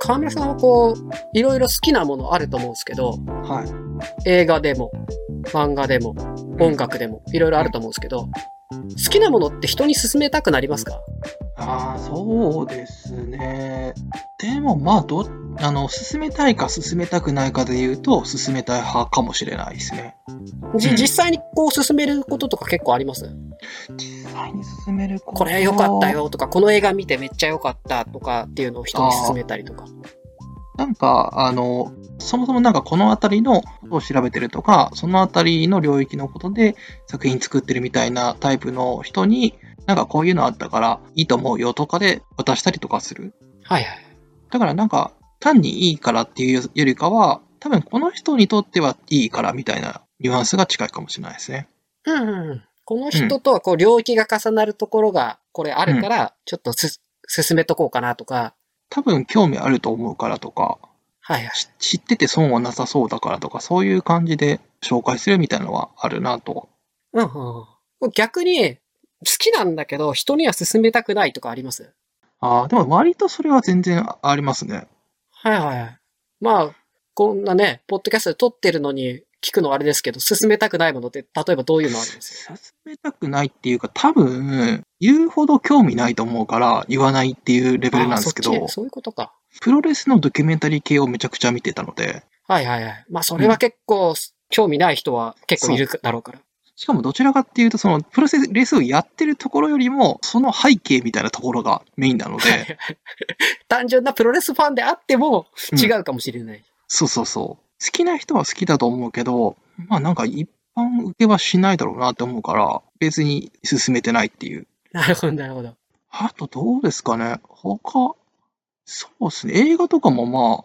川村さんはこう、いろいろ好きなものあると思うんですけど、はい。映画でも、漫画でも、音楽でも、いろいろあると思うんですけど、好きなものって人に勧めたくなりますかああ、そうですね。でも、まあ、ど、あの、進めたいか進めたくないかで言うと、進めたい派かもしれないですね。じうん実際にこう勧めることとか結構あります実際に進めるここれ良かった。よとか、この映画見てめっちゃ良かったとかっていうのを人に勧めたりとか。なんか、あの、そもそもなんかこの辺りのことを調べてるとか、その辺りの領域のことで作品作ってるみたいなタイプの人に、なんかこういうのあったからいいと思うよとかで渡したりとかする。はいはい。だからなんか、単にいいからっていうよりかは、多分この人にとってはいいからみたいなニュアンスが近いかもしれないですね。うんうんうん。この人とはこう領域が重なるところが、これあるから、ちょっとす、進めとこうかなとか。多分興味あると思うからとか、はいはい。し知ってて損はなさそうだからとか、そういう感じで紹介するみたいなのはあるなと。うんうんうん。逆に、好きなんだけど、人には勧めたくないとかありますああ、でも割とそれは全然ありますね。はいはい。まあ、こんなね、ポッドキャストで撮ってるのに聞くのはあれですけど、進めたくないものって、例えばどういうのあります勧めたくないっていうか、多分、言うほど興味ないと思うから言わないっていうレベルなんですけあーそっどち、そういうことか。プロレスのドキュメンタリー系をめちゃくちゃ見てたので、はいはいはい。まあ、それは結構、興味ない人は結構いるだろうから。しかもどちらかっていうと、そのプロレスをやってるところよりも、その背景みたいなところがメインなので、単純なプロレスファンであっても、うん違うかもしれない。そうそうそう。好きな人は好きだと思うけど、まあなんか一般受けはしないだろうなって思うから、別に進めてないっていう。なるほど、なるほど。あとどうですかね他、そうですね。映画とかもまあ、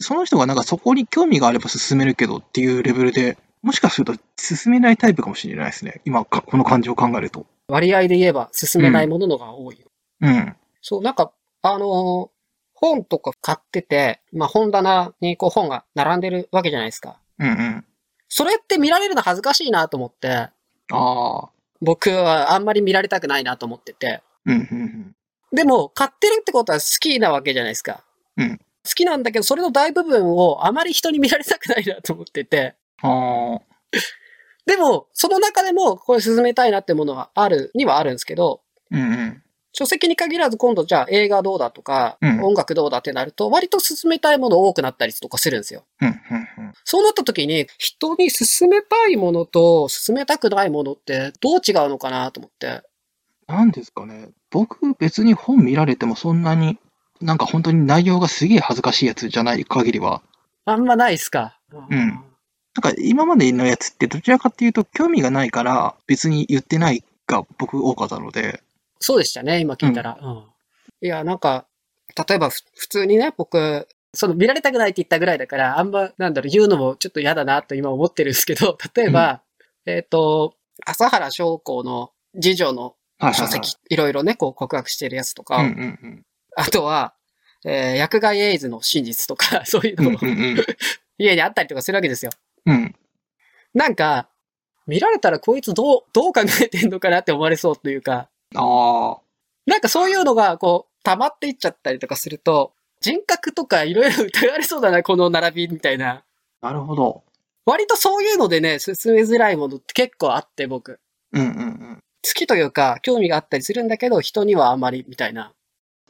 その人がなんかそこに興味があれば進めるけどっていうレベルで、もしかすると進めないタイプかもしれないですね。今か、この感じを考えると。割合で言えば、進めないもののが多い。うん。そう、なんか、あのー本とか買ってて、まあ、本棚にこう本が並んでるわけじゃないですか。うんうん。それって見られるの恥ずかしいなと思って、ああ。僕はあんまり見られたくないなと思ってて。うんうんうん。でも、買ってるってことは好きなわけじゃないですか。うん好きなんだけど、それの大部分をあまり人に見られたくないなと思ってて。ああ。でも、その中でも、これ進めたいなってものはある、にはあるんですけど、うんうん。書籍に限らず今度じゃあ映画どうだとか、うん音楽どうだってなると、割と進めたいもの多くなったりとかするんですよ。うんうんうん。そうなった時に、人に進めたいものと進めたくないものってどう違うのかなと思って。なんですかね。僕、別に本見られてもそんなに、なんか本当に内容がすげえ恥ずかしいやつじゃない限りは、あんまないっすか。んなんか今までのやつってどちらかっていうと興味がないから別に言ってないが僕多かったので、そうでしたね、今聞いたら。うんいや、なんか、例えばふ普通にね、僕、その見られたくないって言ったぐらいだから、あんま、なんだろう、言うのもちょっと嫌だなと今思ってるんですけど、 例えば、えっ、と、朝原将校の次女のはいはい書はい籍、いろいろね、こう告白してるやつとか、うんうんあとは、えー薬害エイズの真実とか、 そういううん。うのもんうん家にあったりとかするわけですよ。うん。うん。なんか、見られたらこいつどう、どう考えてんのかなって思われそうというか、ああ。なんかそういうのがこう、溜まっていっちゃったりとかすると、人格とかいろいろ疑われそうだな、この並びみたいな。なるほど。割とそういうのでね、進めづらいものって結構あって、僕。うんうん好きというか、興味があったりするんだけど、人にはあまり、みたいな。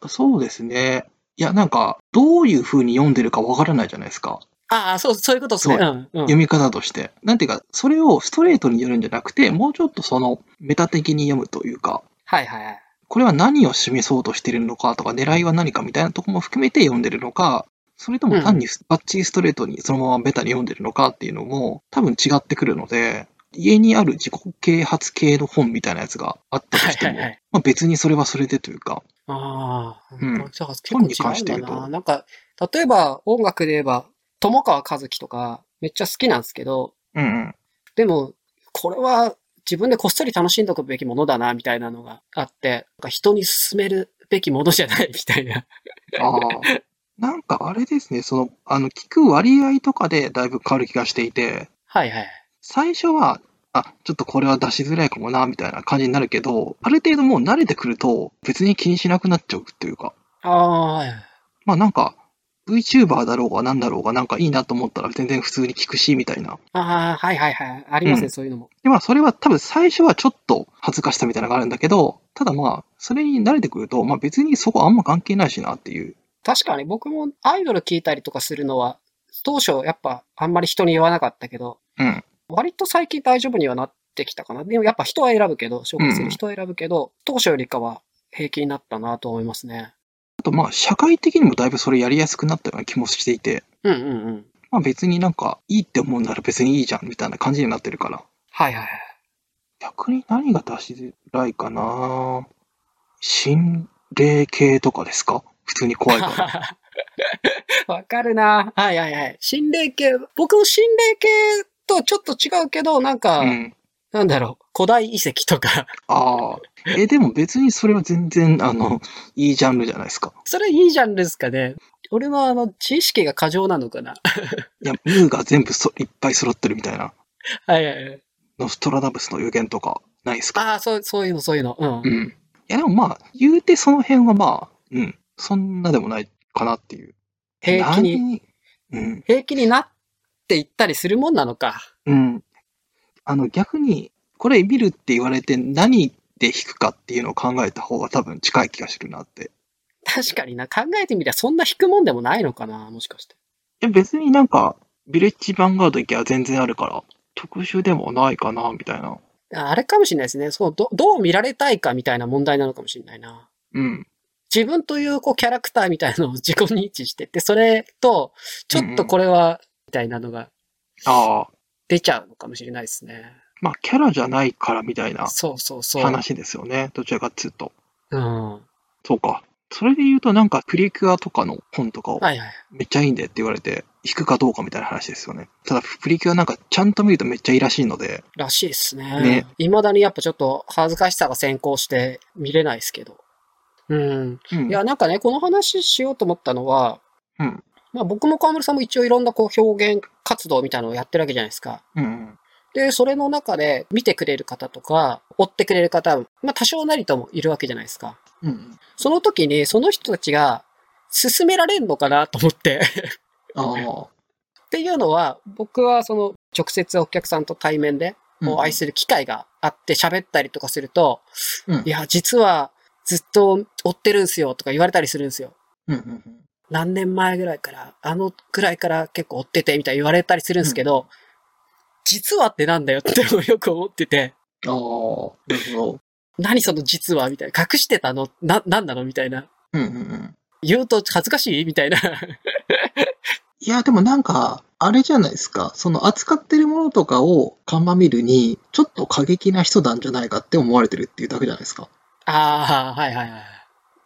うん。そうですね。いや、なんか、どういう風に読んでるかわからないじゃないですか。ああ、そう、そういうことですね。そうん、うん。読み方として。なんていうか、それをストレートにやるんじゃなくて、もうちょっとその、メタ的に読むというか、はいはいはい。これは何を示そうとしてるのかとか、狙いは何かみたいなとこも含めて読んでるのか、それとも単にバッチリストレートにそのままベタに読んでるのかっていうのも多分違ってくるので、家にある自己啓発系の本みたいなやつがあったとしてはいもはいはい、まあ別にそれはそれでというか、ああ、うんじゃあ結構違本に関うしんてだ言うな。となんか、例えば音楽で言えば、友川一樹とか、めっちゃ好きなんですけど、うんうん。でも、これは自分でこっそり楽しんどくべきものだな、みたいなのがあって、なんか人に勧めるべきものじゃない、みたいな。ああ、なんかあれですね、その、あの、聞く割合とかでだいぶ変わる気がしていて、はいはい。最初は、あ、ちょっとこれは出しづらいかもな、みたいな感じになるけど、ある程度もう慣れてくると、別に気にしなくなっちゃうっていうか、ああ、はいはい。まあなんか、VTuber だろうがなんだろうがなんかいいなと思ったら全然普通に聞くし、みたいな。ああ、はいはいはい。ありますね、うんそういうのも。で、まあそれは多分最初はちょっと恥ずかしさみたいなのがあるんだけど、ただまあ、それに慣れてくると、まあ別にそこあんま関係ないしなっていう。確かに僕もアイドル聞いたりとかするのは、当初やっぱあんまり人に言わなかったけど、うん。割と最近大丈夫にはなってきたかな。でもやっぱ人は選ぶけど、紹介すうんる人は選ぶけど、当初よりかは平気になったなと思いますね。あとまあ社会的にもだいぶそれやりやすくなったような気もしていて、うんうんうん。まあ別になんかいいって思うなら別にいいじゃんみたいな感じになってるから。はいはいはい。逆に何が出しづらいかな心霊系とかですか普通に怖いから。わかるな。はいはいはい。心霊系、僕も心霊系とちょっと違うけど、なんか、うん。なんだろう、古代遺跡とか、ああ。え、でも別にそれは全然、あの、いいジャンルじゃないですか。それいいじゃんですかね。俺のあの、知識が過剰なのかな。いや、ムーが全部そいっぱい揃ってるみたいな。はいはいはい。ノストラダムスの予言とか、ないですかああ、そう、そういうの、そういうの。うん。うん。いや、でもまあ、言うてその辺はまあ、うん。そんなでもないかなっていう。平気に、に。うん。平気になっていったりするもんなのか。 うん。あの、逆に、これ見るって言われて何で弾くかっていうのを考えた方が多分近い気がするなって。い確かにな、考えてみりゃそんな引くもんでもないのかな、もしかして。や、別になんか、ビレッジヴァンガード行きは全然あるから、特殊でもないかな、みたいな。ああれかもしれないですね。そう、ど、どう見られたいかみたいな問題なのかもしれないな。うん。自分という、こう、キャラクターみたいなのを 自己認知してて、それと、ちょっとこれは、みたいなのがああ、出ちゃうのかもしれないですね。まあ、キャラじゃないからみたいなそうそうそう。話ですよね。どちらかっつうと。うん。はそうか。それで言うとなんかプリキュアとかの本とかをいはい。めっちゃいいんでって言われて弾くかどうかみたいな話ですよね。ただプリキュアなんかちゃんと見るとめっちゃいいらしいので、らしいですねね。いまだにやっぱちょっと恥ずかしさが先行して見れないですけど。うん。うんいや、なんかね、この話しようと思ったのは、うんまあ僕も河村さんも一応いろんなこう表現活動みたいなのをやってるわけじゃないですか。うんうん。で、それの中で見てくれる方とか、追ってくれる方、まあ多少なりともいるわけじゃないですか。うんうん。その時にその人たちが進められんのかなと思って。 ああ。っていうのは、僕はその直接お客さんと対面でこう愛すする機会があって喋ったりとかすると、うんいや、実はずっと追ってるんすよとか言われたりするんですよ。うんうんうん何年前ぐらいから、あのくらいから結構追っててみたいに言われたりするんですけど、実はってなんだよってよく 思ってて、ああ、なるほど。何その実はみたいな。隠してたのな、なんなのみたいな。うんうんうん。言うと恥ずかしいみたい な。いや、でもなんか、あれじゃないですか。その扱ってるものとかを鑑みるに、ちょっと過激な人なんじゃないかって思われてるっていうだけじゃないですか。ああ、はいはいはい。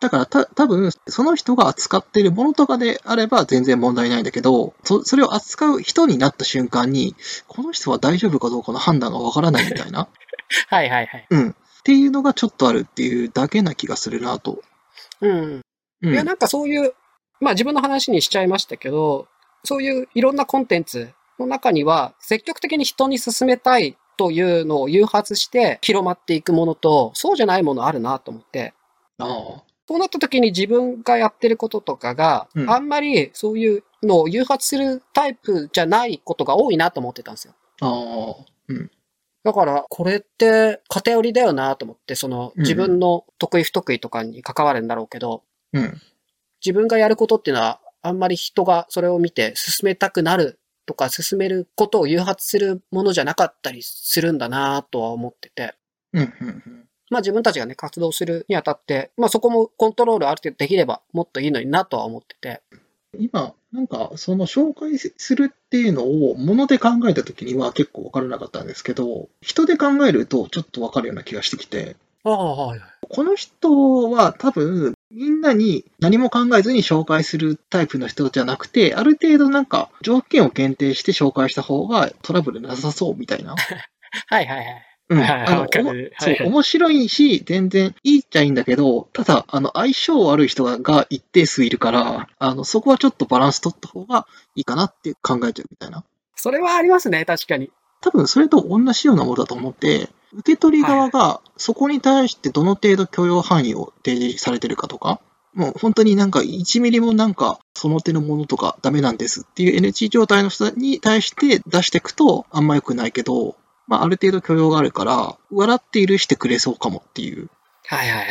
だからた多分、その人が扱ってるものとかであれば全然問題ないんだけど、そそれを扱う人になった瞬間に、この人は大丈夫かどうかの判断がわからないみたいな。 はいはいはい。うん。っていうのがちょっとあるっていうだけな気がするなと。うん。うん。いや、なんかそういう、まあ自分の話にしちゃいましたけど、そういういろんなコンテンツの中には、積極的に人に勧めたいというのを誘発して広まっていくものと、そうじゃないものあるなと思って、ああ。そうなった時に自分がやってることとかが、うんあんまりそういうのを誘発するタイプじゃないことが多いなと思ってたんですよ。ああ。うん。だから、これって偏りだよなと思って、そのうん自分の得意不得意とかに関わるんだろうけど、うん。自分がやることっていうのは、あんまり人がそれを見て進めたくなるとか、進めることを誘発するものじゃなかったりするんだなとは思ってて。うん。うんうん。まあ自分たちがね、活動するにあたって、まあそこもコントロールある程度できればもっといいのになとは思ってて。今、なんか、その紹介するっていうのを、もので考えたときには結構分からなかったんですけど、人で考えるとちょっと分かるような気がしてきて、ああ、はい。この人は多分、みんなに何も考えずに紹介するタイプの人じゃなくて、ある程度なんか、条件を限定して紹介した方がトラブルなさそうみたいな。はいはいはい。うん。はいあのわかるおもはいそう、面白いし、全然いいっちゃいいんだけど、ただ、あの、相性悪い人がが一定数いるから、あの、そこはちょっとバランス取った方がいいかなって考えちゃうみたいな。それはありますね、確かに。多分、それと同じようなものだと思って、受け取り側が、そこに対してどの程度許容範囲を提示されてるかとか、もう本当になんか1ミリもなんかその手のものとかダメなんですっていう NG 状態の人に対して出していくとあんま良くないけど、まあある程度許容があるから、笑って許してくれそうかもっていう、っはいはいはい。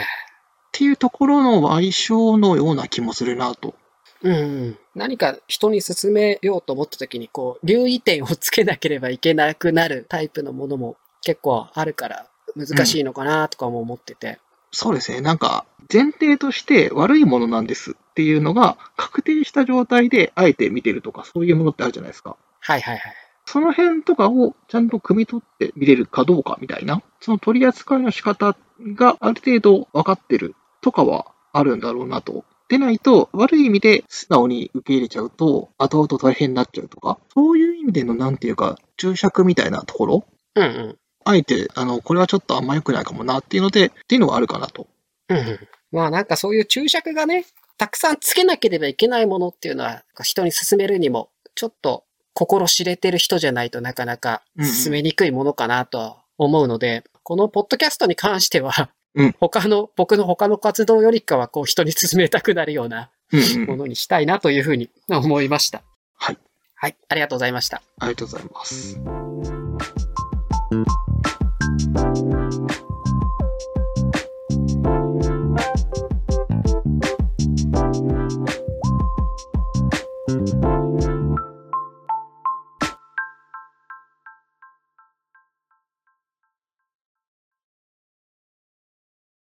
ていうところの相性のような気もするなと。うん。何か人に勧めようと思った時に、こう、留意点をつけなければいけなくなるタイプのものも結構あるから、難しいのかなとかも思ってて。そうですね。なんか、前提として悪いものなんですっていうのが確定した状態であえて見てるとか、そういうものってあるじゃないですか。はいはいはい。その辺とかをちゃんと汲み取って見れるかどうかみたいな、その取り扱いの仕方がある程度分かってるとかはあるんだろうなと。でないと、悪い意味で素直に受け入れちゃうと、後々大変になっちゃうとか、そういう意味でのなんていうか、注釈みたいなところ、うんうん。あえて、あの、これはちょっとあんま良くないかもなっていうので、っていうのはあるかなと。うんうん。まあなんかそういう注釈がね、たくさんつけなければいけないものっていうのは、人に勧めるにも、ちょっと心知れてる人じゃないとなかなかうんうん勧めにくいものかなとは思うので、このポッドキャストに関しては、うん他の、僕の他の活動よりかは、こう人に勧めたくなるようなうん、うもん。のにしたいなというふうに思いました。はい。はい、ありがとうございました。ありがとうございます。